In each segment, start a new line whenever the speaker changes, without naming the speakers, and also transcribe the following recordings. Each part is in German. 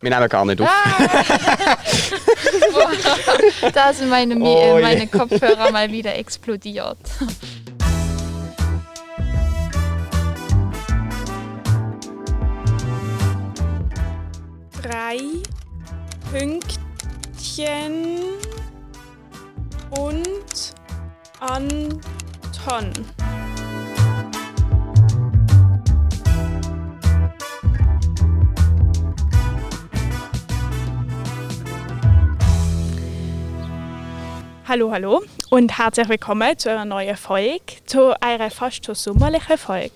Wir nehmen gar nicht auf.
Ah! Boah, da sind meine, Mi-
Oh
äh,
je.
meine Kopfhörer mal wieder explodiert.
drei Pünktchen und Anton. Hallo, hallo und herzlich willkommen zu einer neuen Folge, zu einer fast schon sommerlichen Folge.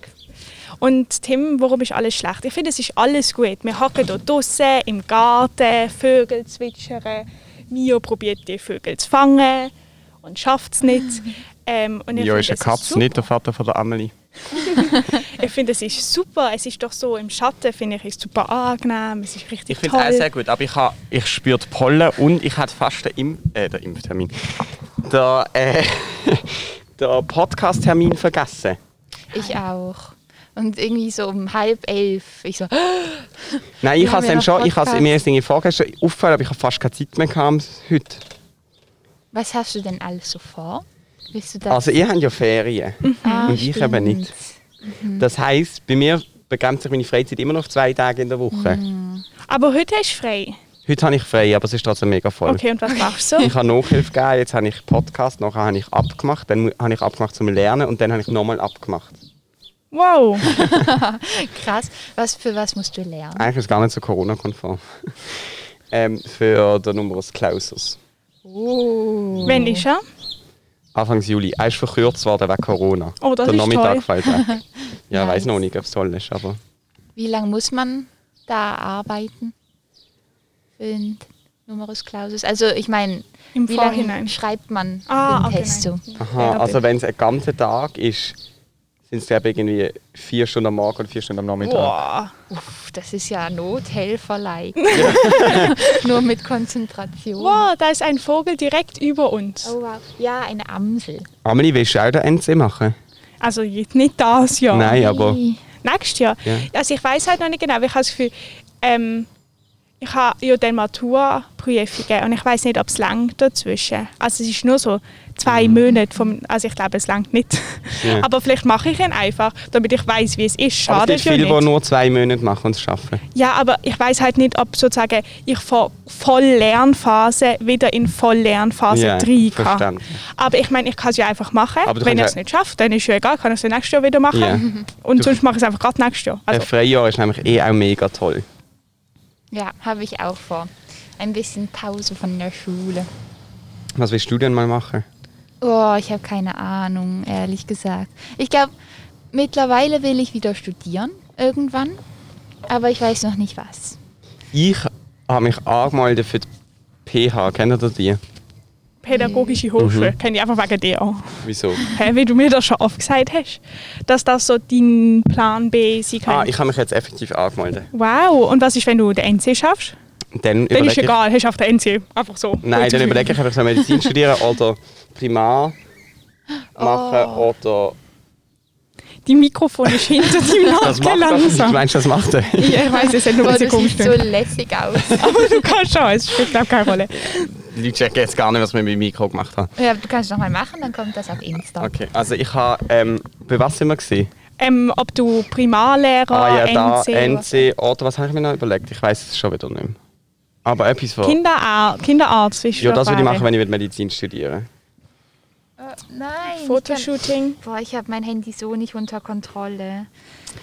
Und Tim, warum ist alles schlecht? Ich finde, es ist alles gut. Wir hocken hier draußen im Garten, Vögel zwitschern. Mio probiert die Vögel zu fangen und schafft es nicht. Ähm, und ich
Mio
finde,
ist eine
es
Katze,
super.
nicht der Vater von der Amelie.
Ich finde, es ist super. Es ist doch so im Schatten, finde ich, ist super angenehm. Es ist richtig
Ich finde
toll.
auch sehr gut, aber ich, ha- ich spüre die Pollen und ich hatte fast den, Imp äh, den Impftermin. Der, äh, der Podcast-Termin vergessen.
Ich auch. Und irgendwie so um halb elf. Ich so,
Nein, ich
Wir haben
habe es
ja
dann
noch
schon, ich habe
Podcast.
mir irgendwie vorgestern aufgefallen, aber ich habe fast keine Zeit mehr gehabt heute.
was hast du denn alles so vor? Willst du das?
Also ihr habt ja Ferien
Ah,
und ich
stimmt.
eben nicht. Das heisst, bei mir begrenzt sich meine Freizeit immer noch auf zwei Tage in der Woche.
Mhm.
Aber heute ist frei.
Heute habe ich frei, aber es ist trotzdem mega voll.
Okay, und was machst du?
Ich habe Nachhilfe gegeben, jetzt habe ich Podcast, nachher habe ich abgemacht, dann mu- habe ich abgemacht zum Lernen und dann habe ich nochmal abgemacht.
Wow.
Krass. Was, für was musst du lernen?
Eigentlich ist es gar nicht so Corona-konform. ähm, für den Numerus Clausus.
Oh.
Wenn ist er?
Anfang Juli. Er ist verkürzt worden wegen Corona.
Oh, das
der
ist
Nachmittag
toll.
fällt weg. Ja, ich
Nice.
weiß noch nicht, ob es toll ist, aber
Wie lange muss man da arbeiten? Für den Numerus Clausus. Also ich meine,
Im
wie
Vorhinein.
lange schreibt man
Ah,
den
okay,
Test
nein.
so?
Aha, also wenn es ein ganzer Tag ist, sind es glaube ich irgendwie vier Stunden am Morgen und vier Stunden am Nachmittag.
Boah.
Uff, das ist ja Nothelfer-like. Nur mit Konzentration.
Wow, da ist ein Vogel direkt über uns.
Oh, wow. Ja, eine Amsel.
Amelie, willst du auch den NC machen?
Also jetzt nicht das Jahr.
Nein, aber
Ui.
Nächstes Jahr?
Ja.
Also ich weiß halt noch nicht genau, weil ich habe das Gefühl, ähm, ich habe ja dann Maturprüfungen und ich weiß nicht, ob es lang dazwischen. Also es ist nur so zwei Monate vom, also ich glaube, es langt nicht.
Mhm. Ja.
Aber vielleicht mache ich ihn einfach, damit ich weiß, wie es ist.
aber es
Schade
gibt
ja
viele, die
nicht.
nur zwei Monate machen und es schaffen.
Ja, aber ich weiß halt nicht, ob sozusagen ich von voll Lernphase wieder in voll Lernphase
Ja,
3 kann.
verstanden.
Aber ich meine, ich kann es ja einfach machen.
Aber du
Wenn
kannst
ich es
ja-
nicht schaffe, dann ist ja egal, kann ich es dann nächstes Jahr wieder machen.
Ja.
Und
Du- Äh,
sonst mache ich es einfach gerade nächstes Jahr. Also,
Ein Freijahr ist nämlich eh auch mega toll.
Ja, habe ich auch vor. Ein bisschen Pause von der Schule.
Was willst du denn mal machen?
Oh, ich habe keine Ahnung, ehrlich gesagt. Ich glaube, mittlerweile will ich wieder studieren, irgendwann. Aber ich weiß noch nicht was.
Ich habe mich angemeldet für die PH. Kennt ihr die? Mhm.
pädagogische Hochschule. Kenne ich einfach wegen dir auch.
Wieso?
Hä, wie du mir das schon oft gesagt hast, dass das so dein Plan B sein
Ah,
könnte.
ich habe mich jetzt effektiv angemeldet.
wow, und was ist, wenn du den NC schaffst?
Dann,
Dann
überlege
ist egal, hast du auf den NC. Einfach so.
Ich, nein,
Gutes
dann
Gefühl.
überlege ich, ob ich soll Medizin studieren oder Primar machen oder...
Die Mikrofon ist hinter deinem
Das
Nacken
macht er.
langsam.
Meinst du, das macht er?
Ja, ich weiß, es hat nur
Oh,
ein
du
bisschen komisch.
siehst so
So
lässig aus.
aber du kannst schon, es spielt glaube keine Rolle.
Die Leute checken jetzt gar nicht, was wir mit dem Mikro gemacht haben.
ja, du kannst es nochmal machen, dann kommt das auf Insta.
Okay, also ich habe... Ähm, bei was sind wir? Gewesen?
Ähm, ob du Primarlehrer,
ah ja, da,
NC, NC.
NC, oder was habe ich mir noch überlegt? Ich weiß es schon wieder nicht mehr. Aber etwas von...
Kinderarzt, Kinderarzt ist
Ja, das würde ich
dabei.
machen, wenn ich Medizin studieren
Äh, nein. ich
Fotoshooting.
Kann, boah, ich habe mein Handy so nicht unter Kontrolle.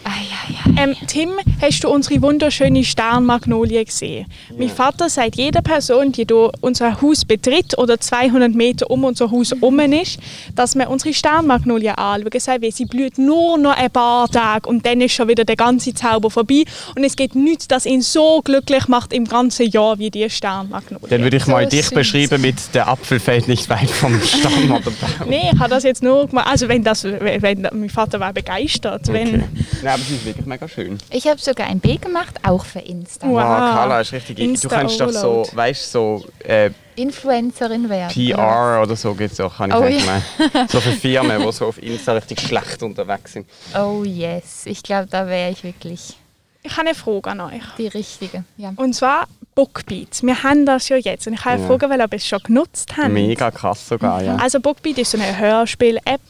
Ai, ai, ai.
Ähm, Tim, hast du unsere wunderschöne Sternmagnolie gesehen? Mein Vater sagt, jeder Person, die hier unser Haus betritt oder 200 Meter um unser Haus herum ist, dass man unsere Sternmagnolie anschauen soll, weil sie blüht nur noch ein paar Tage und dann ist schon wieder der ganze Zauber vorbei und es gibt nichts, das ihn so glücklich macht im ganzen Jahr wie die Sternmagnolie.
Dann würde ich mal
So
dich
süß.
beschreiben mit der Apfel fällt nicht weit vom Stamm. Oder
Nee, ich habe das jetzt nur gemacht. Also wenn das, wenn, wenn mein Vater war begeistert, wenn
Nein, aber es ist wirklich mega schön.
Ich habe sogar ein Bild gemacht, auch für Insta.
Wow.
Ah, Carla ist richtig. du kannst doch so,
Insta-Overload.
weißt du, so äh,
Influencerin werden. oder
PR oder so geht's auch, kann ich
Oh
nicht
ja.
mehr. So für Firmen, die so auf Insta richtig schlecht unterwegs sind.
was? Oh yes, ich glaube, da wäre ich wirklich
ich habe eine Frage an euch.
die Richtige. Ja.
Und zwar Bookbeat. Wir haben das ja jetzt. Und ich habe
Ja.
ja. fragen, weil ob ihr es schon genutzt habt.
Mega krass sogar, ja.
Also Bookbeat ist so eine Hörspiel-App,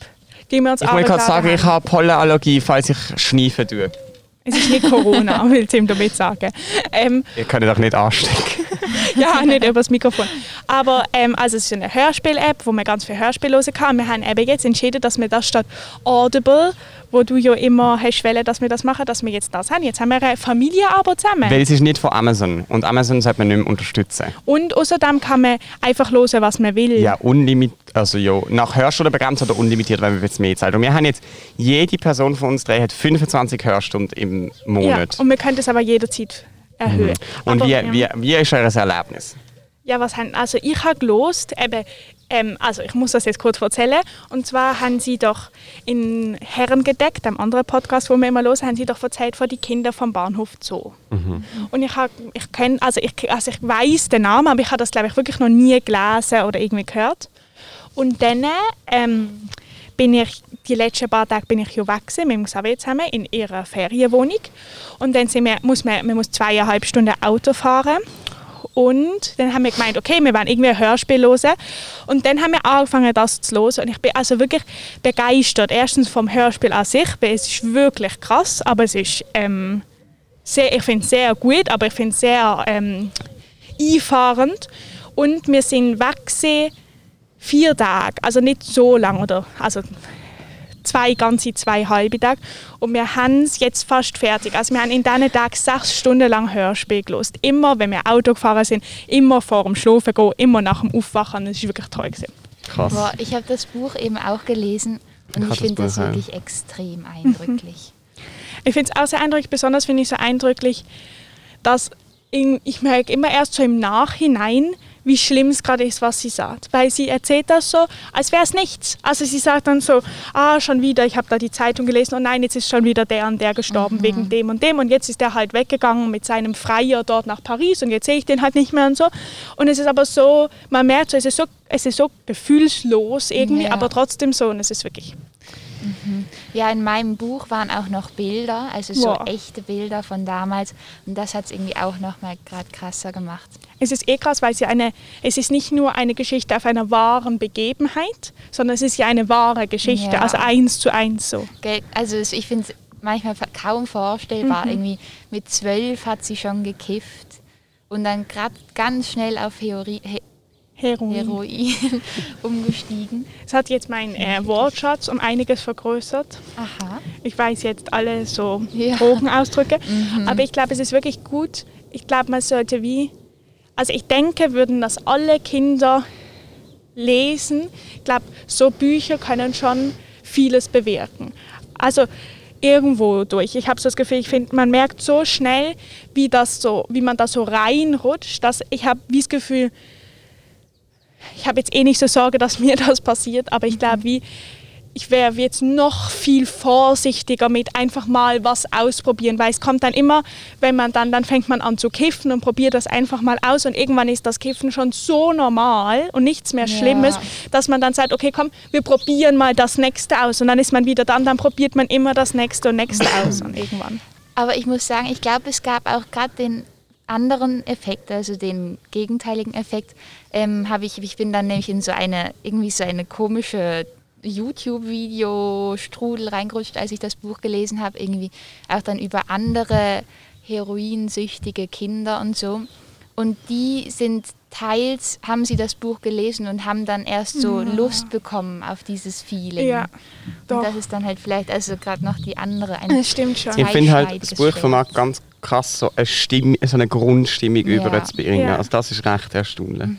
die wir uns
Ich wollte gerade
runtergeladen
sagen, ich
haben.
habe Pollenallergie, falls ich schniefen tue.
Es ist nicht Corona, will ich ihm damit sagen. Ähm,
Ihr könnt doch nicht anstecken.
ja, nicht über das Mikrofon. Aber ähm, also es ist eine Hörspiel-App, wo man ganz viel Hörspiel hören kann. Wir haben eben jetzt entschieden, dass wir das statt Audible, wo du ja immer hast wollen, dass wir das machen, dass wir jetzt das haben. Jetzt haben wir eine Familienarbeit zusammen.
Weil es ist nicht von Amazon. Und Amazon sollte man nicht mehr unterstützen.
Und außerdem kann man einfach hören, was man will.
Ja, unlimitiert, also ja, nach Hörstunde begrenzt oder unlimitiert, wenn man jetzt mehr zahlt. Und wir haben jetzt, jede Person von uns drei hat 25 Hörstunden im
Ja,
Monat.
und wir können das aber jederzeit erhöhen.
und
aber,
wie,
ähm,
wie, wie ist euer Erlebnis?
Ja, was haben, also ich habe gelost, eben, ähm, also ich muss das jetzt kurz erzählen, und zwar haben sie doch in Herrengedeckt, am anderen Podcast, wo wir immer los, haben sie doch erzählt von den Kindern vom Bahnhof Zoo. Und ich habe, ich kenne, also ich, also ich weiß den Namen, aber ich habe das glaube ich wirklich noch nie gelesen oder irgendwie gehört. Und dann ähm, bin ich die letzten paar Tage bin ich ja weg gewesen mit dem Xavier zusammen in ihrer Ferienwohnung. Und dann sind wir, muss man, man muss zweieinhalb Stunden Auto fahren. Und dann haben wir gemeint, okay, wir wollen irgendwie ein Hörspiel hören. Und dann haben wir angefangen, das zu hören. Und ich bin also wirklich begeistert. Erstens vom Hörspiel an sich, weil es ist wirklich krass, aber es ist, ähm, sehr, ich finde es sehr gut, aber ich finde es sehr ähm, einfahrend. Und wir sind weg gewesen vier Tage, also nicht so lang, oder? Also zwei ganze, zwei halbe Tage. Und wir haben es jetzt fast fertig. Also wir haben in diesen Tagen sechs Stunden lang Hörspiel gelost. Immer, wenn wir Auto gefahren sind, immer vor dem Schlafen gehen, immer nach dem Aufwachen. Das ist wirklich toll gewesen.
Krass.
Boah, ich habe das Buch eben auch gelesen
Ich
und ich,
hab das
finde das
Buch, ja.
wirklich extrem eindrücklich.
Ich finde es auch sehr eindrücklich, besonders finde ich so eindrücklich, dass in, ich merke immer erst so im Nachhinein, wie schlimm es gerade ist, was sie sagt. Weil sie erzählt das so, als wäre es nichts. Also sie sagt dann so, ah, schon wieder, ich habe da die Zeitung gelesen und nein, jetzt ist schon wieder der und der gestorben wegen dem und dem und jetzt ist der halt weggegangen mit seinem Freier dort nach Paris und jetzt sehe ich den halt nicht mehr und so. Und es ist aber so, man merkt so, es ist so, es ist so gefühlslos irgendwie,
Ja.
aber trotzdem so und es ist wirklich
Ja, in meinem Buch waren auch noch Bilder, also so
Boah.
echte Bilder von damals. Und das hat es irgendwie auch nochmal gerade krasser gemacht.
Es ist eh krass, weil es, ja eine, es ist nicht nur eine Geschichte auf einer wahren Begebenheit, sondern es ist ja eine wahre Geschichte,
Ja.
also eins zu eins so.
Gell? Also es- ich finde es manchmal fa- kaum vorstellbar.
Mhm.
Irgendwie mit zwölf hat sie schon gekifft und dann grad ganz schnell auf Heori He
Heroin.
Heroin umgestiegen.
Es hat jetzt meinen äh, Wortschatz um einiges vergrößert.
Aha.
Ich weiß jetzt alle so
Ja.
Drogenausdrücke, aber ich glaube, es ist wirklich gut. Ich glaube, man sollte wie, also ich denke, würden das alle Kinder lesen. Ich glaube, so Bücher können schon vieles bewirken. Also irgendwo durch. Ich habe so das Gefühl, ich finde, man merkt so schnell, wie das so, wie man da so reinrutscht, dass ich habe wie das Gefühl, ich habe jetzt eh nicht so Sorge, dass mir das passiert, aber ich glaube, wie ich wäre jetzt noch viel vorsichtiger mit einfach mal was ausprobieren, weil es kommt dann immer, wenn man dann, dann fängt man an zu kiffen und probiert das einfach mal aus und irgendwann ist das Kiffen schon so normal und nichts mehr
Ja.
Schlimmes, dass man dann sagt, okay, komm, wir probieren mal das Nächste aus und dann ist man wieder dann, dann probiert man immer das Nächste und Nächste aus und irgendwann.
Aber ich muss sagen, ich glaube, es gab auch gerade den anderen Effekt, also den gegenteiligen Effekt, ähm, habe ich, ich bin dann nämlich in so eine, irgendwie so eine komische YouTube-Video-Strudel reingerutscht, als ich das Buch gelesen habe, irgendwie auch dann über andere heroinsüchtige Kinder und so. Und die sind teils, haben sie das Buch gelesen und haben dann erst so Lust bekommen auf dieses Feeling.
Ja,
und
doch.
das ist dann halt vielleicht also gerade noch die andere. ein-
Das stimmt schon.
Ich finde halt, das
zweischneidiges
Buch von
Schwert.
Marc ganz krass so eine, Stimme, so eine Grundstimmung
Ja.
überzubringen.
Ja. Mhm.
Also das ist recht erstaunlich.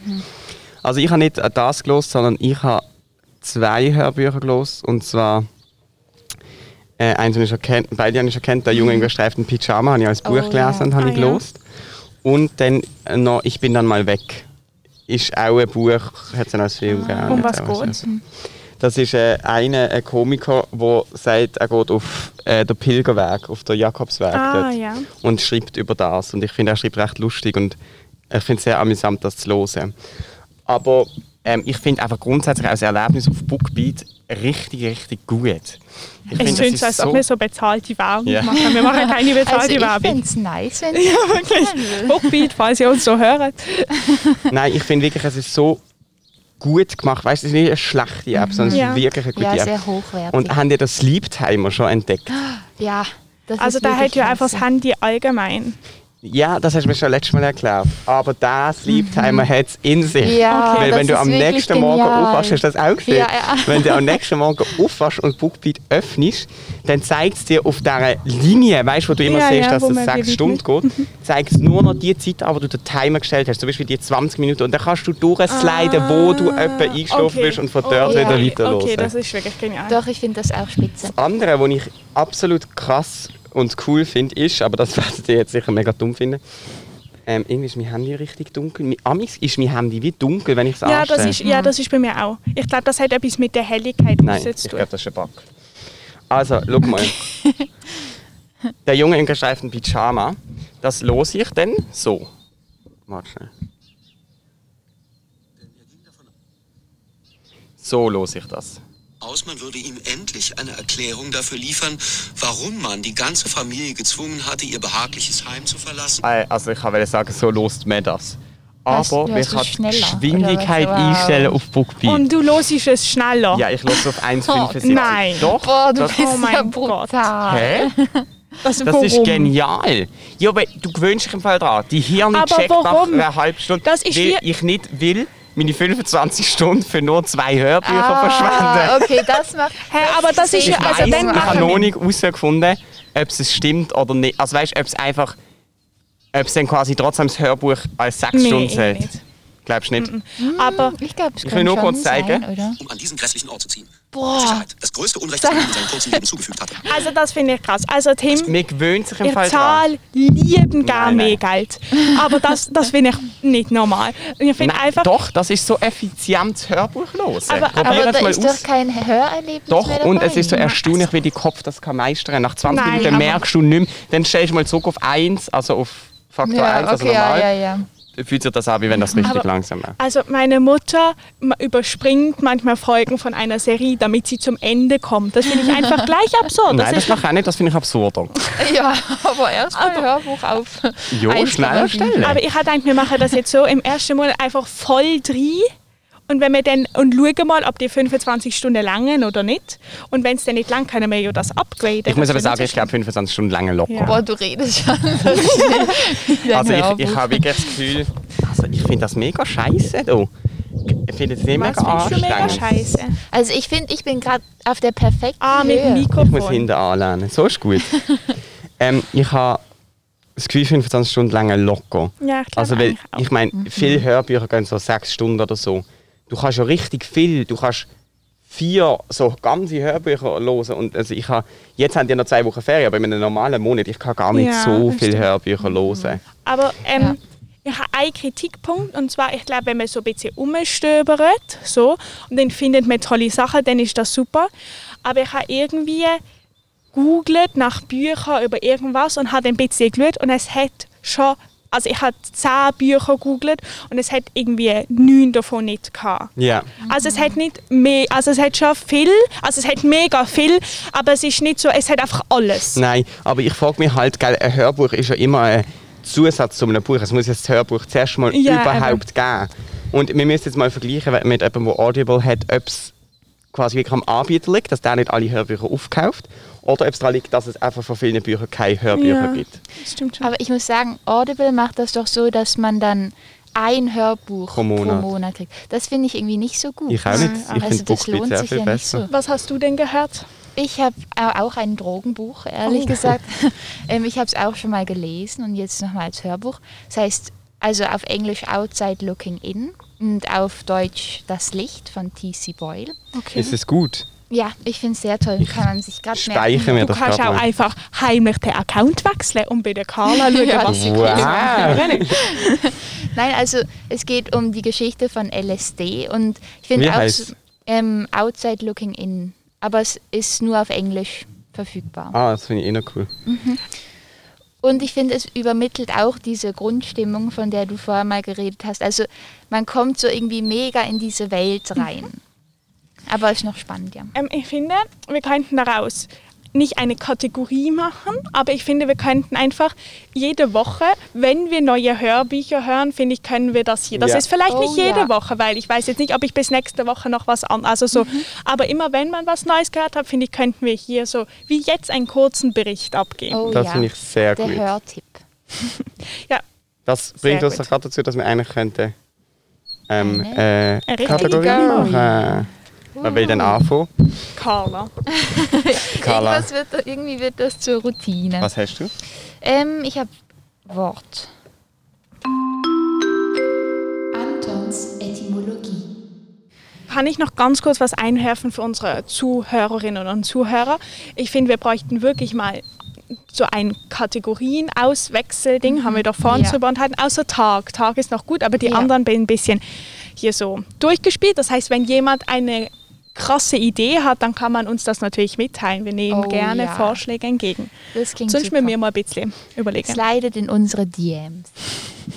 Also ich habe nicht an das gelost, sondern ich habe zwei Hörbücher gelost und zwar äh, eins, den ich schon kennt, beide habe ich schon kennt, der Junge im gestreiften Pyjama habe ich als
Oh,
Buch
ja.
gelesen und habe
Ah,
ich
Mhm. ja.
gelost. Und dann äh, noch Ich bin dann mal weg. Ist auch ein Buch, hat es dann als Film gegeben.
Um
hat
was
es auch als-
geht's?
das ist äh, einer, ein Komiker, der sagt, er geht auf äh, den Pilgerweg, auf den Jakobsweg
Ah, ja.
und schreibt über das. Und ich finde, er schreibt recht lustig und ich finde es sehr amüsant, das zu hören. Aber ähm, ich finde einfach grundsätzlich auch das Erlebnis auf Bookbeat richtig, richtig gut. Ich
Es
finde,
tönt so, als ob wir so bezahlte Werbung
Ja.
machen. Wir machen keine
Also
bezahlte
ich
Werbung.
finde es nice, wenn
Ja, wirklich. Bookbeat, falls ihr uns so hört.
Nein, ich finde wirklich, es ist so gut gemacht. Weißt du, es ist nicht eine schlechte App, sondern
Ja.
es ist wirklich eine gute
ja,
App.
sehr hochwertig.
Und haben ihr das Sleeptimer schon entdeckt?
ja, das
Also
ist
da
wirklich
hat ja einfach das
klasse.
Handy allgemein.
Ja, das hast du mir schon letztes Mal erklärt. Aber das Sleeptimer hat es in sich.
Ja,
Weil
das
wenn du
ist
am
wirklich
nächsten
genial.
Morgen aufwachst, hast du das auch gesehen?
Ja, ja.
Wenn du am nächsten Morgen aufwachst und Bookbeat öffnest, dann zeigt es dir auf dieser Linie, weißt du, wo du immer
Ja,
siehst,
ja,
dass
wo
es
man
sechs
wirklich
Stunden geht, zeigt es nur noch die Zeit an, wo du den Timer gestellt hast, zum Beispiel die 20 Minuten. Und dann kannst du durchsliden, wo du etwa eingeschlafen
Okay.
bist und von dort
Ah, Okay.
wieder weiter
Okay, das ist wirklich genial.
Doch, ich finde das auch spitze.
andere, was ich absolut krass und cool finde, ist, aber das werdet ihr jetzt sicher mega dumm finden, ähm, irgendwie ist mein Handy richtig dunkel. Mi- Amix ist mein Handy wie dunkel, wenn ich es
Ja, das ist, ja, das ist bei mir auch. Ich glaube, das hat etwas mit der Helligkeit
Nein,
zu
ich
tun.
glaube, das ist ein Bug. Also, schau mal. Der Junge im gestreiften Pyjama, das los ich dann so. Warte schnell. So los ich das.
aus, man würde ihm endlich eine Erklärung dafür liefern, warum man die ganze Familie gezwungen hatte, ihr behagliches Heim zu verlassen.
Äh, Also ich wollte sagen, so lost man das.
Was,
Aber
du
man
hast
kann
es schneller,
die Geschwindigkeit
oder was? Wow.
einstellen auf Bookbeat.
Und du hörst es schneller.
ja, ich lasse auf 1,75.
Nein.
Doch,
Boah, du
das,
bist
oh mein
ja
Gott.
brutal.
hä?
das
das
Also warum?
ist genial. Ja, aber du gewöhnst dich im Fall dran. Die Hirn
Aber
checkt
warum?
nach einer halben Stunde,
Das ist
weil
wie-
ich nicht will, meine 25 Stunden für nur zwei Hörbücher verschwenden.
Ah, okay, das macht.
Hä, aber das ist
Ich
ja,
Ich
also
weiss,
dann
ich
machen
habe
wir-
noch nicht herausgefunden, ob es stimmt oder nicht. Also weißt, ob es einfach, ob es dann quasi trotzdem das Hörbuch als sechs
Nee,
Stunden
ich
zählt.
nicht.
Glaubst du nicht?
Aber
Ich glaube, es
will
kann
nur
schon
kurz zeigen.
sein, oder?
um an diesen grässlichen Ort zu ziehen.
Boah.
Sicherheit, das größte Unrecht, das man in seinem kurzen Leben zugefügt hatte.
also das finde ich krass. Also Tim,
Man gewöhnt sich im
ich
Fall dran.
zahle lieben
Nein,
gern mehr
nein.
Geld. Aber das, das finde ich nicht normal. Und ich finde
Nein,
einfach,
doch, das ist so effizient Hörbuch los.
Aber-
Probier
Aber
das
da
mal
ist doch
aus.
kein Hörerlebnis mehr
Doch,
dabei.
und es ist so erstaunlich, wie der Kopf das kann meistern. Nach 20
Nein,
Minuten
aber-
merkst du nicht mehr, dann stellst du mal zurück auf 1, also auf Faktor
Ja,
1,
okay,
also
ja,
normal.
ja, ja.
Dann Fühlt sich das an, wie wenn das richtig
Aber-
langsam wäre.
also meine Mutter ma- überspringt manchmal Folgen von einer Serie, damit sie zum Ende kommt. Das finde ich einfach gleich absurd.
Nein, das
ist
mache ich auch nicht, das finde ich absurder.
Ja, aber erstmal Hörbuch auf.
Jo,
Einstellung.
schneller stellen.
Aber ich dachte, wir machen das jetzt so im ersten Monat einfach voll drin. Und wenn wir dann, und schauen mal, ob die 25 Stunden langen oder nicht. Und wenn es dann nicht lang, können wir ja das upgraden.
Ich muss aber sagen, ich
ich
glaube 25 Stunden lange locker.
Ja.
Boah, du redest schon. so schnell.
Also
Ja,
ich, ich habe wirklich das Gefühl, also ich finde das mega scheiße. Du. Ich finde es nicht
das
mega
findest du mega
anstrengend.
scheiße.
Also ich finde, ich bin gerade auf der perfekten
Ah, mit dem
Höhe.
Ich muss
Mikrofon.
hinten anlernen. So ist gut. ähm, ich habe das Gefühl, 25 Stunden länger locker.
Ja, ich glaub
also, weil,
eigentlich auch. Mhm.
ich meine, viele Hörbücher gehen so 6 Stunden oder so. Du kannst ja richtig viel. Du kannst vier so ganze Hörbücher hören. Und also ich habe, jetzt haben die noch zwei Wochen Ferien, aber in einem normalen Monat ich kann gar nicht
Ja,
so
das
viele
stimmt. Mhm.
Hörbücher hören.
Aber ähm,
Ja.
ich habe einen Kritikpunkt. Und zwar, ich glaube, wenn man so ein bisschen rumstöbert so, und dann findet man tolle Sachen, dann ist das super. Aber ich habe irgendwie googelt nach Büchern über irgendwas und habe ein bisschen geschaut und es hat schon, also ich habe zehn Bücher googelt und es hat irgendwie neun davon nicht gehabt.
Ja.
Also es hat nicht mehr, also es hat schon viel, also es hat mega viel, aber es ist nicht so, es hat einfach alles.
Nein, aber ich frage mich halt, gell, ein Hörbuch ist ja immer ein Zusatz zu einem Buch. Es muss jetzt das Hörbuch zuerst mal
Ja,
überhaupt geben. Und wir müssen jetzt mal vergleichen we- mit jemandem, der Audible hat, ob es quasi wirklich am Anbieter liegt, dass der nicht alle Hörbücher aufkauft, oder ob es daran liegt, dass es einfach von vielen Büchern keine Hörbücher
Ja.
gibt.
Stimmt schon.
Aber ich muss sagen, Audible macht das doch so, dass man dann ein Hörbuch
Pro
pro
Monat.
Monat, kriegt. Das finde ich irgendwie nicht so gut.
Ich auch nicht. Ich
also
finde
das
Bookbeat
lohnt
sehr
sich
viel
ja nicht
besser.
so.
Was hast du denn gehört?
Ich habe auch ein Drogenbuch, ehrlich
Oh.
gesagt. ähm, ich habe es auch schon mal gelesen und jetzt nochmal als Hörbuch. Das heißt, also auf Englisch Outside Looking In und auf Deutsch Das Licht von T.C. Boyle.
Okay.
Ist es gut?
Ja, ich finde es sehr toll. Kann man sich gerade
Speichere mir
Du
das
kannst
gerade
auch
mal.
einfach heimlich den Account wechseln und bei der Carla schauen,
Ja.
was sie
Wow.
Nein, also es geht um die Geschichte von LSD und ich
Wie
finde auch
heißt's?
so- ähm, Outside Looking In, aber es ist nur auf Englisch verfügbar.
Ah, das finde ich eh noch cool.
Und ich finde, es übermittelt auch diese Grundstimmung, von der du vorher mal geredet hast. Also man kommt so irgendwie mega in diese Welt
Mhm.
rein. Aber ist noch spannend, ja.
Ähm, ich finde, wir könnten daraus nicht eine Kategorie machen, aber ich finde, wir könnten einfach jede Woche, wenn wir neue Hörbücher hören, finde ich, können wir das hier. Das
Ja.
ist vielleicht
Oh,
nicht jede
ja.
Woche, weil ich weiß jetzt nicht, ob ich bis nächste Woche noch was an, also so.
Mhm.
Aber immer wenn man was Neues gehört hat, finde ich, könnten wir hier so wie jetzt einen kurzen Bericht abgeben.
Oh,
Das finde ich sehr
Der
gut.
Hörtipp.
Ja,
Das bringt uns
gut.
doch gerade dazu, dass wir eigentlich könnten ähm, äh,
Eine
Kategorie
Kategorie.
machen. Wer will
Uh.
denn anfangen?
Carla.
Carla,
Irgendwas wird, irgendwie wird das zur Routine.
was hast du?
Ähm, ich habe Wort.
Antons Etymologie.
Kann ich noch ganz kurz was einwerfen für unsere Zuhörerinnen und Zuhörer? Ich finde, wir bräuchten wirklich mal so ein Kategorien-Auswechselding, haben wir doch vorhin
Mhm. Ja.
drüber und hatten, außer Tag. Tag ist noch gut, aber die
Ja.
anderen bin ein bisschen hier so durchgespielt. Das heißt, wenn jemand eine krasse Idee hat, dann kann man uns das natürlich mitteilen. Wir nehmen
Oh,
gerne
ja.
Vorschläge entgegen.
Das klingt
Sonst
super.
müssen wir mal ein bisschen überlegen.
Slidet in unsere DMs.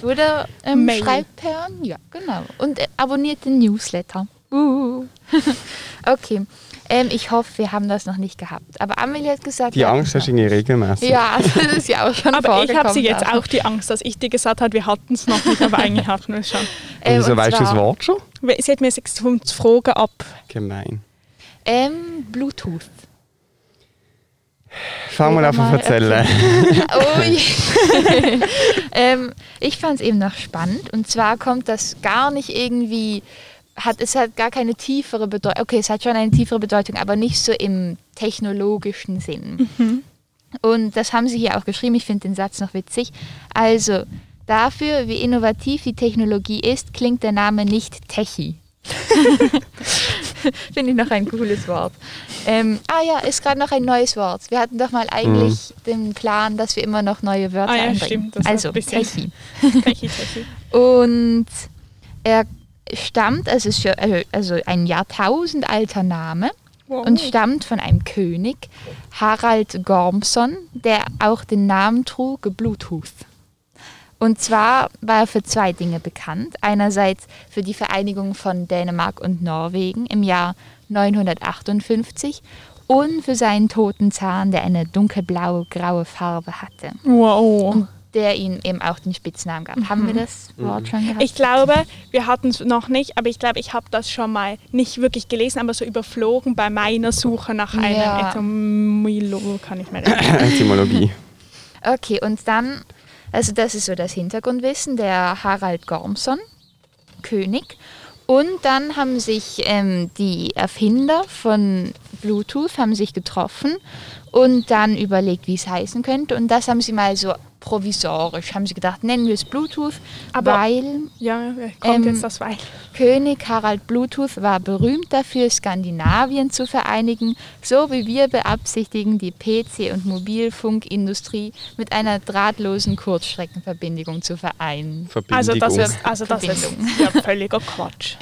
Oder ähm,
Mail.
schreibt per, ja, genau. Und äh, abonniert den Newsletter. Uh. okay. Ähm, ich hoffe, wir haben das noch nicht gehabt. Aber Amelie hat gesagt,
Die
wir hatten
Angst
es
hast du irgendwie regelmäßig.
noch. Ja, das ist ja auch schon
Aber ich habe sie
vorgekommen,
jetzt
aber-
auch die Angst, dass ich dir gesagt habe, wir hatten es noch nicht, aber eigentlich hatten wir es schon.
Und
Ähm,
wieso
und
weißt du das
zwar,
Wort schon?
Sie hat mir jetzt um zu fragen, ob
Gemein.
Ähm, Bluetooth.
Fang mal
Lieber
an zu
mal
erzählen.
Oh je. ähm, ich fand es eben noch spannend. Und zwar kommt das gar nicht irgendwie, hat es hat gar keine tiefere Bedeutung. Okay, es hat schon eine tiefere Bedeutung, aber nicht so im technologischen Sinn. Und das haben sie hier auch geschrieben. Ich finde den Satz noch witzig. Also, dafür, wie innovativ die Technologie ist, klingt der Name nicht Techie. Finde ich noch ein cooles Wort. Ähm, ah ja, ist gerade noch ein neues Wort. Wir hatten doch mal eigentlich den Plan, dass wir immer noch neue Wörter
Ah ja,
einbringen.
stimmt, das war
also
ein bisschen-
Techie.
Techi, Techi.
Und er stammt, also, es ist ja- also- also ein Jahrtausend alter Name
Wow.
und stammt von einem König, Harald Gormson, der auch den Namen trug Bluetooth. Und zwar war er für zwei Dinge bekannt. Einerseits für die Vereinigung von Dänemark und Norwegen im Jahr 958 und für seinen toten Zahn, der eine dunkelblaue, graue Farbe hatte,
Wow.
der ihm eben auch den Spitznamen gab. Haben wir das Wort schon gehabt?
Mhm. Ich glaube, wir hatten es noch nicht, aber ich glaube, ich habe das schon mal nicht wirklich gelesen, aber so überflogen bei meiner Suche nach einem
Ja.
Etymologen kann ich mir erinnern.
Etymologie.
Okay, und dann, also das ist so das Hintergrundwissen, der Harald Gormson, König. Und dann haben sich ähm, die Erfinder von Bluetooth haben sich getroffen und dann überlegt, wie es heißen könnte. Und das haben sie mal so provisorisch, haben sie gedacht, nennen wir es Bluetooth,
Aber-
weil
Ja, kommt
Ähm,
jetzt das Weil.
König Harald Bluetooth war berühmt dafür, Skandinavien zu vereinigen, so wie wir beabsichtigen, die PC- und Mobilfunkindustrie mit einer drahtlosen Kurzstreckenverbindung zu vereinen.
Also das
Verbindigung.
ist, also das ist
Verbindung.
ja völliger Quatsch.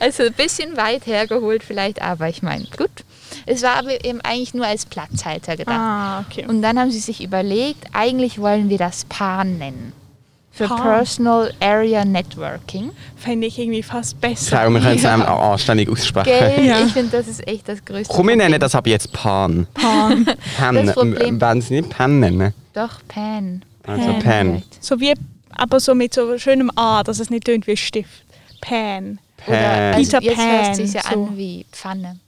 Also ein bisschen weit hergeholt vielleicht, aber ich meine, gut. Es war aber eben eigentlich nur als Platzhalter gedacht.
Ah, okay.
Und dann haben sie sich überlegt, eigentlich wollen wir das PAN nennen. Für
PAN.
Personal Area Networking.
Fände ich irgendwie fast
Ich
besser.
glaube, wir können es
Ja.
einem auch anständig aussprechen.
Gell?
Ja.
Ich finde, das ist echt das größte
Komm, wir
Problem.
nennen das ab jetzt Pan.
Pan.
Pan.
Das Problem-
Wenn sie nicht Pan nennen.
Doch, PAN.
Also
Pan.
Pan.
So wie, aber so mit so schönem A, dass es nicht tönt wie Stift. Pan.
Oder,
Pan.
also
Peter
jetzt hört
Pan,
sich ja
so.
an wie Pfanne.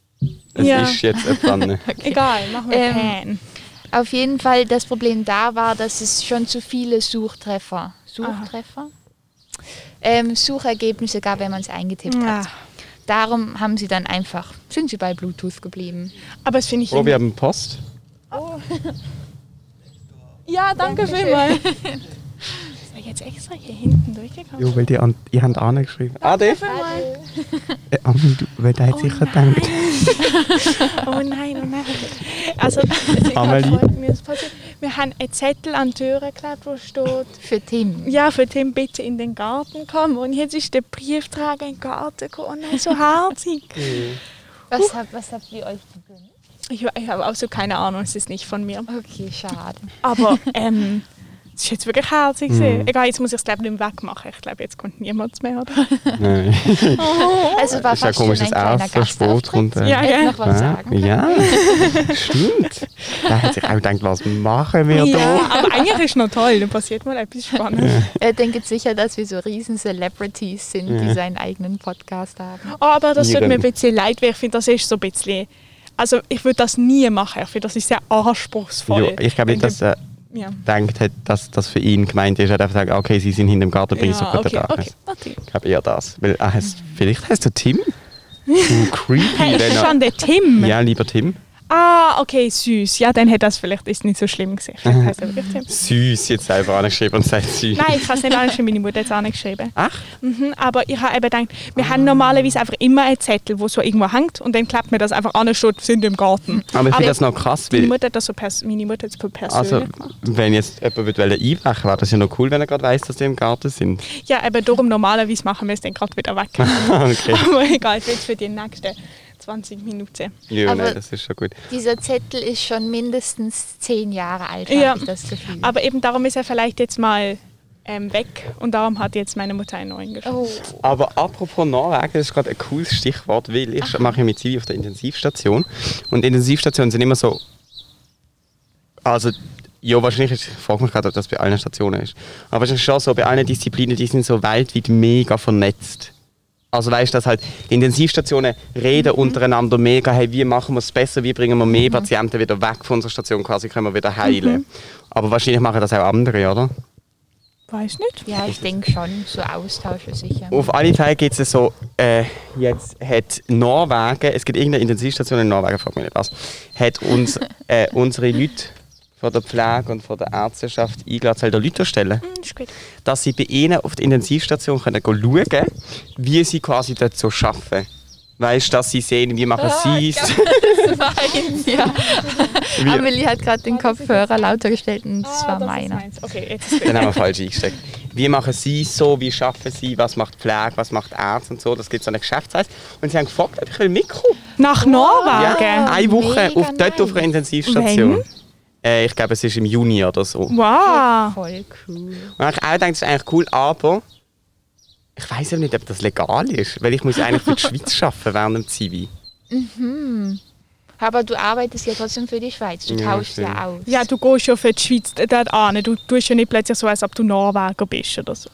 Es
Ja.
ist jetzt eine Panne.
Egal, machen wir
Ähm, Auf jeden Fall, das Problem da war, dass es schon zu viele Suchtreffer, Suchtreffer? Ähm, Suchergebnisse gab, wenn man es eingetippt
Pan. Ja.
hat. Darum haben sie dann einfach, sind sie bei Bluetooth geblieben.
Aber das finde ich...
Oh, wir haben Post.
ja, danke vielmals. Ist er jetzt extra hier hinten durchgekommen?
Jo, weil die, an, die haben Anne geschrieben. Ade. Äh, Amelie, du, weil der hat
Oh
sicher
nein.
gedacht.
Oh nein, oh nein. Also,
Amelie.
Amelie. Mir ist passiert. Wir haben einen Zettel an die Tür geklebt, wo steht,
Für Tim.
ja, für den bitte in den Garten kommen. Und jetzt ist der Briefträger in den Garten gekommen. Oh nein, so herzig.
Was, hab, was habt ihr euch gewünscht?
Ich, ich habe auch so keine Ahnung, es ist nicht von mir.
Okay, schade.
Aber ähm, es ist jetzt wirklich herzig. Mhm. Egal, jetzt muss ich es glaube ich nicht mehr wegmachen. Ich glaube, jetzt kommt niemand mehr. Oder?
Nein.
Also war
Ist ja
fast schon ein
komisch, dass
kleiner
auch so Sport
Gastauftritt.
kommt. äh,
Ja,
Hätte
ja.
noch was sagen können.
ja, stimmt. Da hat sich auch gedacht, was machen wir da?
aber eigentlich ist es noch toll, dann passiert mal etwas Spannendes.
Er Äh, denkt jetzt sicher, dass wir so riesen Celebrities sind, die
Ja.
seinen eigenen Podcast haben.
Ah, Aber das tut mir ein
Ihren.
bisschen leid, weil ich finde, das ist so ein bisschen. Also, ich würde das nie machen. Ich finde, das ist sehr anspruchsvoll.
Ja, ich glaube äh, nicht, dass er
Ja,
gedacht hat, dass das für ihn gemeint ist. Er hat einfach gesagt, okay, sie sind hinter dem Garten, bring so
ja
guten
okay,
Tag.
okay. okay.
Also, Ich glaube eher das. Weil, ah, heißt, vielleicht heißt er Tim? Du creepy,
Hey,
wenn
ist
er...
schon der Tim?
genau. Ja, lieber Tim.
Ah, okay, süß. Ja, dann hätte das vielleicht ist nicht so schlimm gesehen. Vielleicht heisst er wirklich Tim.
Süß, jetzt selber angeschrieben und sagt süß.
Nein, ich habe es nicht angeschrieben, meine Mutter hat es angeschrieben.
Ach,
Mhm, aber ich habe eben gedacht, wir
Ah.
haben normalerweise einfach immer einen Zettel, wo so irgendwo hängt und dann klappt mir das einfach an, steht, wir sind im Garten.
aber ich finde das noch krass,
Meine
weil...
Mutter hat das so pers meine Mutter hat es so persönlich
Ah, Also, wenn jetzt jemand würde wollen einbrechen wäre das ja noch cool, wenn er gerade weiss, dass die im Garten sind.
Ja, aber darum normalerweise machen wir es dann gerade wieder weg.
okay.
aber egal, jetzt für die nächsten 20 Minuten.
Ja,
Aber-
nein, das ist schon gut.
Dieser Zettel ist schon mindestens zehn Jahre alt, habe
Ja.
ich das Gefühl.
Aber eben darum ist er vielleicht jetzt mal ähm, weg und darum hat jetzt meine Mutter einen neuen geschaffen.
oh,
Aber apropos Norwegen, das ist gerade ein cooles Stichwort, weil ich mache ja mit Zivi auf der Intensivstation. Und Intensivstationen sind immer so. Also, ja, wahrscheinlich, ist, ich frage mich gerade, ob das bei allen Stationen ist. Aber es ist schon so, bei allen Disziplinen, die sind so weltweit mega vernetzt. Also weißt du, dass halt die Intensivstationen reden untereinander mega, hey, wie machen wir es besser, wie bringen wir mehr Patienten wieder weg von unserer Station, quasi können wir wieder heilen. Aber wahrscheinlich machen das auch andere, oder?
Weiß nicht.
ja, ich denke schon, so Austausche sicher.
Auf alle Fälle gibt es so, äh, jetzt hat Norwegen, es gibt irgendeine Intensivstation in Norwegen, frag mich nicht was, hat uns, äh, unsere Leute von der Pflege und von der Ärzteschaft eingeladen, soll der Leute stellen,
Mm, Ist gut.
dass sie bei ihnen auf der Intensivstation können gehen schauen wie sie quasi dort so arbeiten. Weißt du, dass sie sehen, wie machen
Ah,
sie es?
Nein, ja.
Wie-
Amelie hat gerade den Kopfhörer lauter gestellt und
Ah,
es war meiner.
Okay, jetzt ist
Dann haben wir falsch eingesteckt. Wie machen sie es so, wie schaffen sie, was macht Pflege, was macht Ärzte und so, das gibt so eine Geschäftsreise. Und sie haben gefragt, ob ich will mitkommen
Nach Norwegen?
Ja, eine Woche
mega
auf, dort auf einer
Wann?
Intensivstation. Äh, ich glaube, es ist im Juni oder so. Und
Mhm. Wow.
Voll cool.
ich auch gedacht, das ist eigentlich cool, aber ich weiß eben nicht, ob das legal ist, weil ich muss eigentlich für die Schweiz arbeiten während dem Zivi.
Aber du arbeitest ja trotzdem für die Schweiz, du
Ja,
tauschst ja
stimmt.
aus.
Ja, du gehst ja für die Schweiz äh, dort an. Du tust ja nicht plötzlich so, als ob du Norweger bist oder so.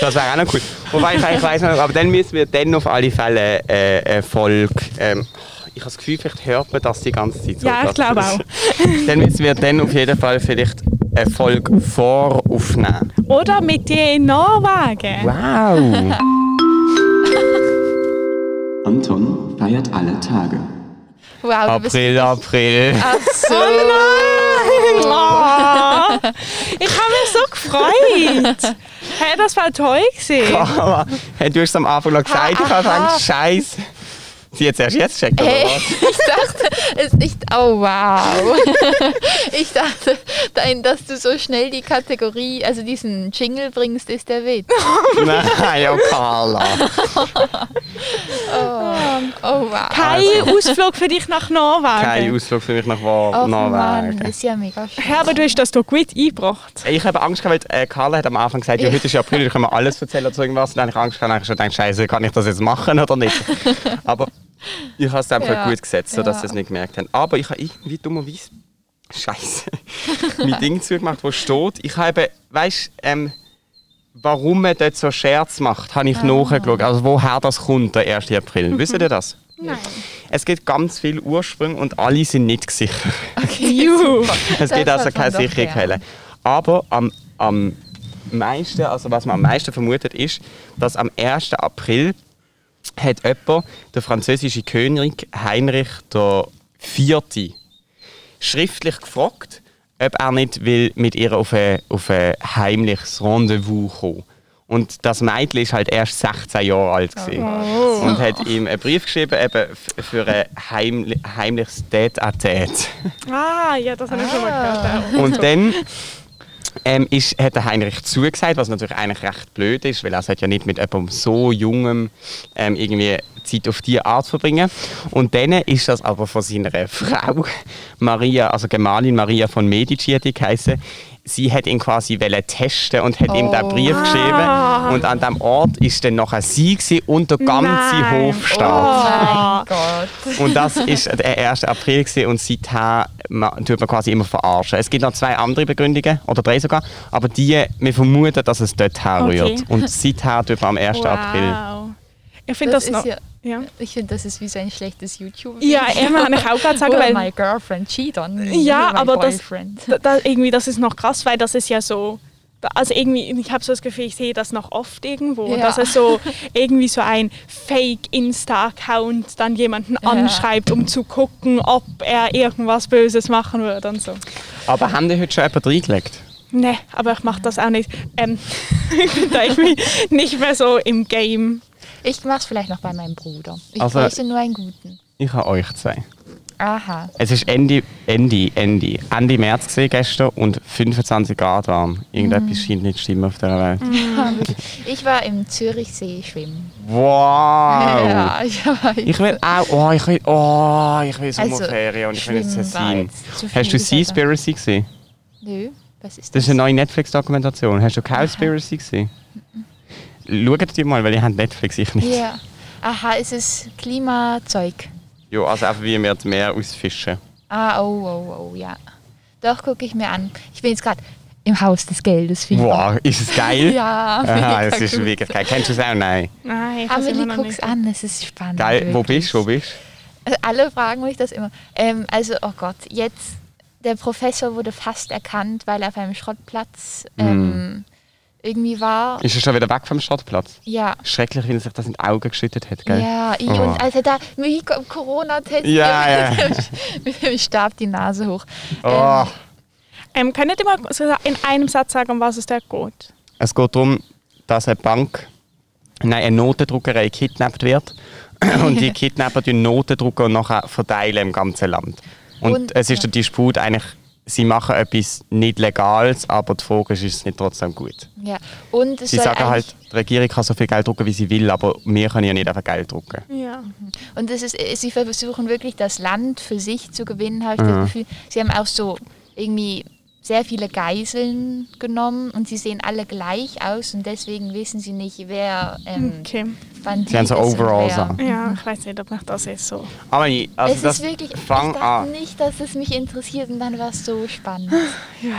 Das wäre auch noch cool. Wobei ich eigentlich weiß noch, aber dann müssen wir dann auf alle Fälle äh, eine Folge. Ähm, ich habe das Gefühl, vielleicht hört man das die ganze Zeit. so,
Ja, ich
dass-
glaube auch.
Dann müssen wir dann auf jeden Fall vielleicht eine Folge voraufnehmen.
Oder mit dir in Norwegen.
Wow!
Anton feiert alle Tage.
Wow, du bist
April, April.
Ach so.
Ah, ich habe mich so gefreut. Hey, das war toll gewesen.
Aber hey, du hast es am Anfang noch
Ah,
gesagt, ich habe gedacht, Scheiße. Sie hat es erst jetzt checkt, oder
Hey,
was?
ich dachte, es nicht. Oh wow. Ich dachte, dein, dass du so schnell die Kategorie, also diesen Jingle bringst, ist der Witz.
Nein, oh Carla.
Oh wow.
Kein Ausflug für dich nach Norwegen.
Also. Kein Ausflug für mich nach
Oh
Wa-
Mann, das
Norwegen.
ist ja mega schön.
Hey, aber du hast das doch gut eingebracht.
Ich habe Angst gehabt, weil äh, Carla hat am Anfang gesagt, ja, heute ist ja April, da können wir alles erzählen oder irgendwas. Und dann habe ich Angst gehabt, dann habe ich schon gedacht, Scheiße, kann ich das jetzt machen oder nicht? Aber ich habe es einfach
Ja.
gut gesetzt, sodass
Ja.
sie es nicht gemerkt haben. Aber ich habe irgendwie dummerweise, Scheiße, mein Ding zugemacht, wo steht. Ich habe, weißt du, ähm, warum man dort so Scherz macht, habe
Ah.
ich nachgeschaut. Also woher das kommt, der 1. April. Wisst ihr das?
Nein.
Es gibt ganz viele Ursprünge und alle sind nicht gesichert.
Juhu.
Es
Das
gibt also
hat man
keine
doch
sichere
gern.
Quelle. Aber am, am meisten, also was man am meisten vermutet, ist, dass am 1. April hat jemand, der französische König Heinrich IV., schriftlich gefragt, ob er nicht will mit ihr auf ein, auf ein heimliches Rendezvous kommen und das Mädchen ist halt erst 16 Jahre alt gewesen.
Oh.
und hat ihm einen Brief geschrieben eben f- für ein heimli heimliches Date-à-Date.
Ah.
Ah, ja, das habe ich schon mal gehört.
Und dann ähm, ist, hat der Heinrich zugesagt, was natürlich eigentlich recht blöd ist, weil er sollte ja nicht mit jemandem so jungem ähm, irgendwie Zeit auf diese Art verbringen. Und dann ist das aber von seiner Frau, Maria, also Gemahlin Maria von Medici, hat die geheissen, sie hat ihn quasi wollen testen und hat ihm den Brief geschrieben. Und an dem Ort ist dann nachher sie gewesen und der ganze
Nein.
Oh.
Hofstaat.
oh.
Mein Gott.
Und das ist der 1. April gewesen und seither ma- tut man quasi immer verarschen. Es gibt noch zwei andere Begründungen, oder drei sogar, aber die, wir vermuten, dass es dort herrührt.
Okay.
Und seither tut man am 1. April.
Wow. Ich finde das,
ist
noch.
ja-
Ja,
Ich finde, das ist wie so ein schlechtes YouTube.
ja Emma habe ich auch gerade sagen,
Oder
weil
my girlfriend cheat on me.
Ja,
Oder my
aber das-
boyfriend.
da, da, irgendwie, das ist noch krass, weil das ist ja so. da- Also irgendwie, ich habe so das Gefühl, ich sehe das noch oft irgendwo,
Ja.
dass es so irgendwie so ein Fake-Insta-Account dann jemanden anschreibt, um zu gucken, ob er irgendwas Böses machen würde und so.
Aber haben die heute schon jemand reingelegt?
Ne, aber ich mache das auch nicht. Ähm, ich bin da irgendwie nicht mehr so im Game.
Ich mach's vielleicht noch bei meinem Bruder. Ich
Also-
bräuchte nur einen guten.
Ich habe euch zwei.
Aha.
Es ist Ende, Ende, Ende, Ende März gewesen gestern und 25 Grad warm.
Mhm.
Irgendetwas scheint nicht zu stimmen auf dieser Welt.
Ich war im Zürichsee schwimmen.
Wow!
Ja, ich war
Ich will auch, oh, ich will, oh, ich will
Also,
Sommerferien und ich will ins Tessin.
Schwimmbad, zu viel
Hast du
Sonne.
Seaspiracy gesehen?
Nö, was ist
Das
das?
ist eine neue Netflix-Dokumentation. Hast du Cowspiracy gesehen? Schaut die mal, weil ich habe Netflix, ich nicht.
ja. Aha, ist es Klimazeug?
Ja, also einfach wie wir das Meer ausfischen.
Ah, oh, oh, oh, ja. Doch, gucke ich mir an. Ich bin jetzt gerade im Haus des Geldes. Fieber.
Wow, ist es geil?
Ja,
Aha,
mega
es ist
gut.
wirklich geil. Kennst du es auch? Nein.
Nein, ich hab's
Amelie,
immer noch
guck's
nicht.
an, es ist spannend.
Geil, wo
wirklich.
bist du? Wo bist
Also alle fragen mich das immer. Ähm, also, oh Gott, jetzt, der Professor wurde fast erkannt, weil er auf einem Schrottplatz
Mhm.
ähm, irgendwie war.
du? Ist er schon wieder weg vom Stadtplatz?
Ja.
Schrecklich, wie er sich das in die Augen geschüttet hat, gell?
Ja, ich,
Oh.
und als er da mit dem Corona-Test
Ja, ja.
mit dem Stab die Nase hoch.
Oh.
Ähm, könntet ihr mal so in einem Satz sagen, um was es da geht?
Es geht darum, dass eine Bank, nein, eine Notendruckerei gekidnappt wird. Und die Kidnapper die Notendrucker und nachher verteilen im ganzen Land. Und,
Und-
es ist der Disput eigentlich, sie machen etwas nicht Legales, aber die Frage ist, ist es nicht trotzdem gut?
Ähm, ja. Und es
Sie
soll
sagen
eigentlich-
halt, die Regierung kann so viel Geld drucken, wie sie will, aber wir können ja nicht einfach Geld drucken.
Ja.
Und es ist, äh, sie versuchen wirklich das Land für sich zu gewinnen, habe ich
Mhm.
das Gefühl. Sie haben auch so irgendwie sehr viele Geiseln genommen und sie sehen alle gleich aus und deswegen wissen sie nicht, wer
Hm.
ähm,
Okay.
Bandit
Sie haben so
ist und
Overalls
wer-
an.
Ja, ich weiß nicht, ob ich das jetzt so.
Aber ich- also
es
das
ist wirklich, ich
fang
dachte
an.
nicht, dass es mich interessiert und dann war es so spannend.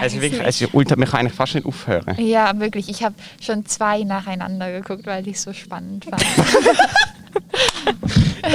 Es ist wirklich, es ist ultra, man kann eigentlich fast nicht aufhören.
ja, wirklich. Ich habe schon zwei nacheinander geguckt, weil ich es so spannend fand. Hä,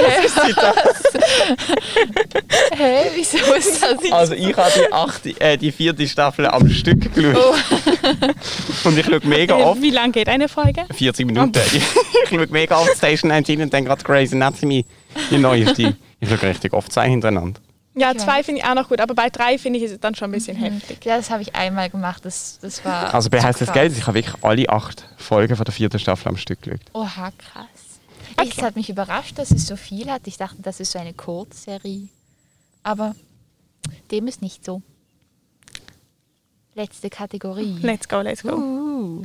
wieso ist das nicht?
Also ich habe die, achte, äh, die vierte Staffel am
Oh.
Stück geschaut. Und ich schaue mega
Äh,
oft.
Wie lange geht eine Folge?
40 Minuten. ich schaue mega oft Station 19 und dann gerade Grey's Anatomy, die neueste. Ich schaue richtig oft zwei hintereinander.
Ja,
Ja.
zwei finde ich auch noch gut, aber bei drei finde ich ist es dann schon ein bisschen heftig.
Ja, das habe ich einmal gemacht. Das, das war.
Also bei
zu
heißt das
krass.
Geld, ich habe wirklich alle acht Folgen von der vierten Staffel am Stück geschaut.
Oha, krass. Ich, es hat mich überrascht, dass es so viel hat. Ich dachte, das ist so eine Kurzserie. Aber dem ist nicht so. Letzte Kategorie.
Let's go, let's go.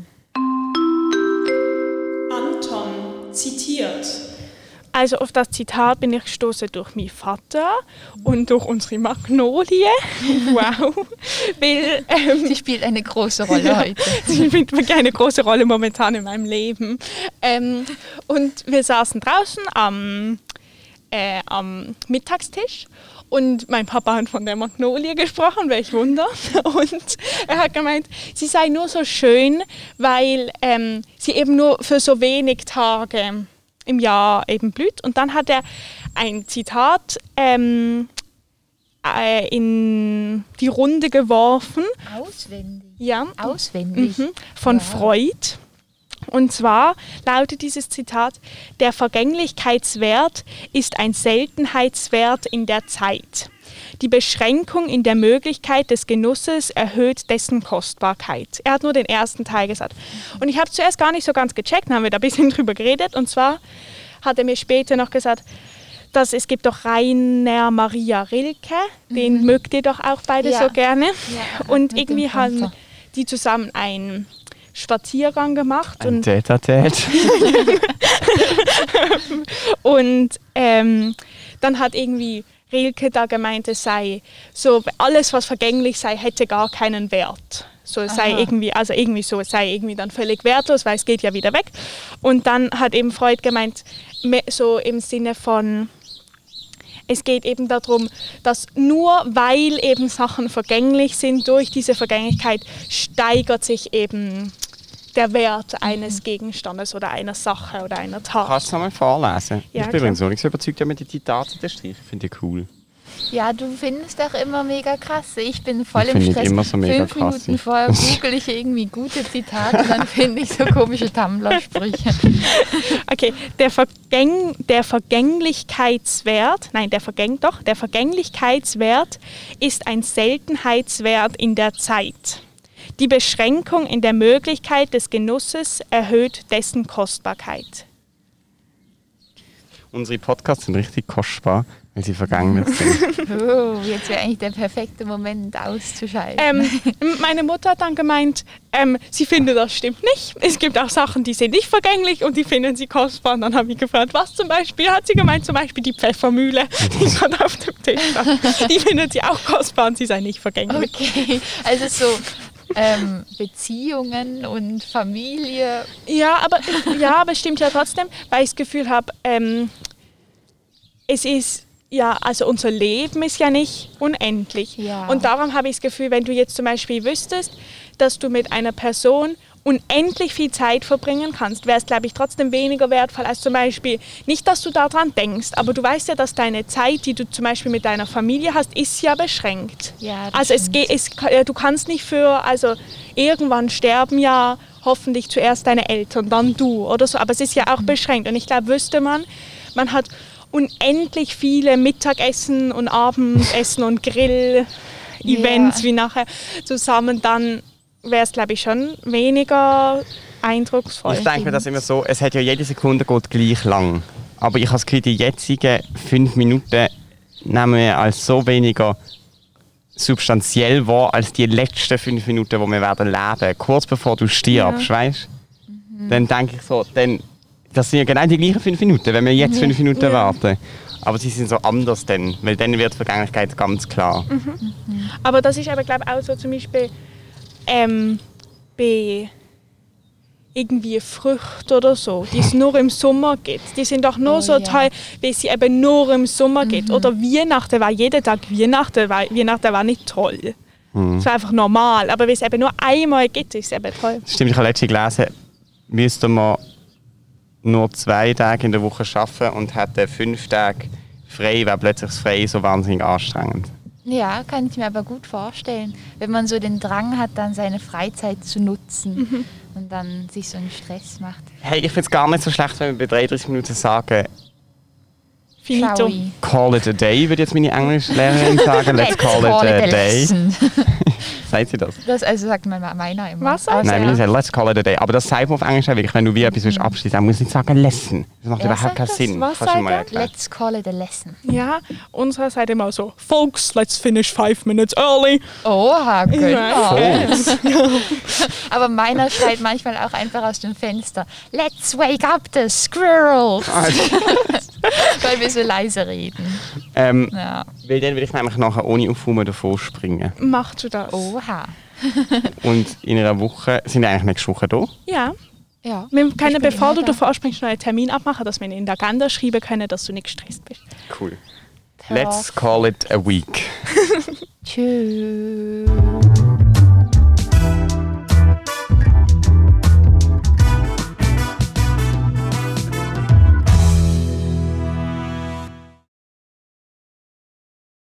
Anton zitiert.
Also auf das Zitat bin ich gestoßen durch meinen Vater und durch unsere Magnolie. Wow. Weil ähm,
Sie spielt eine große Rolle heute.
sie spielt wirklich eine große Rolle momentan in meinem Leben. Ähm, und wir saßen draußen am, äh, am Mittagstisch und mein Papa hat von der Magnolie gesprochen, welch Wunder. Und er hat gemeint, sie sei nur so schön, weil ähm, sie eben nur für so wenig Tage im Jahr eben blüht. Und dann hat er ein Zitat ähm, äh, in die Runde geworfen.
Auswendig.
Ja,
Auswendig.
Mhm, von Freud. Und zwar lautet dieses Zitat, der Vergänglichkeitswert ist ein Seltenheitswert in der Zeit. Die Beschränkung in der Möglichkeit des Genusses erhöht dessen Kostbarkeit. Er hat nur den ersten Teil gesagt. Und ich habe zuerst gar nicht so ganz gecheckt, dann haben wir da ein bisschen drüber geredet. Und zwar hat er mir später noch gesagt, dass es gibt doch Rainer Maria Rilke, den mögt ihr doch auch beide
Ja.
so gerne.
Ja, mit
Und
dem
irgendwie haben
Panzer.
die zusammen einen Spaziergang gemacht
Ein
und
Tät-a-Tät.
Und ähm, dann hat irgendwie Rilke da gemeint, es sei so, alles, was vergänglich sei, hätte gar keinen Wert. So, es sei irgendwie, also irgendwie so, es sei irgendwie dann völlig wertlos, weil es geht ja wieder weg. Und dann hat eben Freud gemeint, me- so im Sinne von, es geht eben darum, dass nur weil eben Sachen vergänglich sind, durch diese Vergänglichkeit steigert sich eben der Wert eines Gegenstandes oder einer Sache oder einer Tat.
Kannst du es mal vorlesen?
Ja,
ich bin
klar.
übrigens noch nicht so überzeugt, mit die Zitate der Strich. Ich finde die cool.
Ja, du findest doch immer mega krass. Ich bin voll
Ich
im
find
Stress.
immer so mega
Fünf
krass.
Minuten vorher google ich irgendwie gute Zitate, dann finde ich so komische Tumblr-Sprüche.
Okay, der, Vergäng, der Vergänglichkeitswert, nein, der Vergäng, doch, der Vergänglichkeitswert ist ein Seltenheitswert in der Zeit. Die Beschränkung in der Möglichkeit des Genusses erhöht dessen Kostbarkeit.
Unsere Podcasts sind richtig kostbar, weil sie vergangen sind.
Oh, jetzt wäre eigentlich der perfekte Moment auszuschalten.
Ähm, m- meine Mutter hat dann gemeint, ähm, sie finde, das stimmt nicht. Es gibt auch Sachen, die sind nicht vergänglich und die finden sie kostbar. Und dann habe ich gefragt, was zum Beispiel? Hat sie gemeint, zum Beispiel die Pfeffermühle, die gerade auf dem Tisch stand. Die findet sie auch kostbar und sie sei nicht vergänglich.
Okay, also so ähm, Beziehungen und Familie.
Ja, aber ja, aber es stimmt ja trotzdem, weil ich das Gefühl habe, ähm, es ist ja, also unser Leben ist ja nicht unendlich.
Ja.
Und darum habe ich das Gefühl, wenn du jetzt zum Beispiel wüsstest, dass du mit einer Person unendlich viel Zeit verbringen kannst, wäre es, glaube ich, trotzdem weniger wertvoll als zum Beispiel, nicht, dass du daran denkst, aber du weißt ja, dass deine Zeit, die du zum Beispiel mit deiner Familie hast, ist ja beschränkt.
Ja, das
also es
stimmt.
geht, es, ka- äh, du kannst nicht für, also irgendwann sterben ja hoffentlich zuerst deine Eltern, dann du oder so, aber es ist
Mhm.
ja auch beschränkt und ich glaube, wüsste man, man hat unendlich viele Mittagessen und Abendessen und Grill-Events
Ja.
wie nachher zusammen, dann wäre es, glaube ich, schon weniger eindrucksvoll.
Ich denke mir das immer so, es hat ja jede Sekunde geht gleich lang. Aber ich habe das Gefühl, die jetzigen fünf Minuten nehmen wir als so weniger substanziell wahr, als die letzten fünf Minuten, die wir werden leben. Kurz bevor du stirbst, weißt du? Dann denke ich so, dann, das sind ja genau die gleichen fünf Minuten, wenn wir jetzt fünf Minuten warten. Aber sie sind so anders dann, weil dann wird die Vergänglichkeit ganz klar.
Aber das ist aber, glaube ich, auch so zum Beispiel ähm, bei irgendwie Früchte oder so, die es nur im Sommer gibt. Die sind auch nur
Oh
so
ja. Mhm.
toll, weil sie eben nur im Sommer gibt. Oder Weihnachten war jeden Tag Weihnachten, weil Weihnachten war nicht toll. Es war einfach normal, aber weil es eben nur einmal gibt, ist es eben toll.
Stimmt, ich habe letztens gelesen, müsste man nur zwei Tage in der Woche arbeiten und hätte fünf Tage frei, wäre plötzlich das Frei so wahnsinnig anstrengend.
Ja, kann ich mir aber gut vorstellen, wenn man so den Drang hat, dann seine Freizeit zu nutzen
Mhm.
und dann sich so einen Stress macht.
Hey, ich finde es gar nicht so schlecht, wenn wir bei 33 Minuten sagen,
Finito.
Schaui.
call it a day, würde jetzt meine Englischlehrerin sagen. Let's call it a day.
lesson.
Sagt sie das?
Das also sagt mein meiner immer.
Was sagt
Außer-
Nein, wir sagen, let's call it a day. Aber das sagt man auf Englisch auch wirklich, wenn du wie etwas willst abschließen dann musst du nicht sagen lesson. Das macht
Wer
überhaupt
sagt
keinen
das?
Sinn.
Was
Kannst du mir
sagt
mal
er?
erklären?
Let's call it a lesson.
Ja, unserer Seite immer so, Folks, let's finish five minutes early.
Oha, genau.
Folks.
Aber meiner schreit manchmal auch einfach aus dem Fenster. Let's wake up the squirrels. Weil wir so leise reden.
ähm,
Ja.
weil dann würde ich nämlich nachher ohne Aufwärmen davor springen.
Machst du das?
Oha.
Und in einer Woche, sind wir eigentlich nächste Woche da?
Ja.
Ja.
Wir können,
Ich bin
bevor du
immer da.
davor springst, noch einen Termin abmachen, dass wir ihn in der Agenda schreiben können, dass du nicht gestresst bist.
Cool. Let's call it a week.
Tschüss.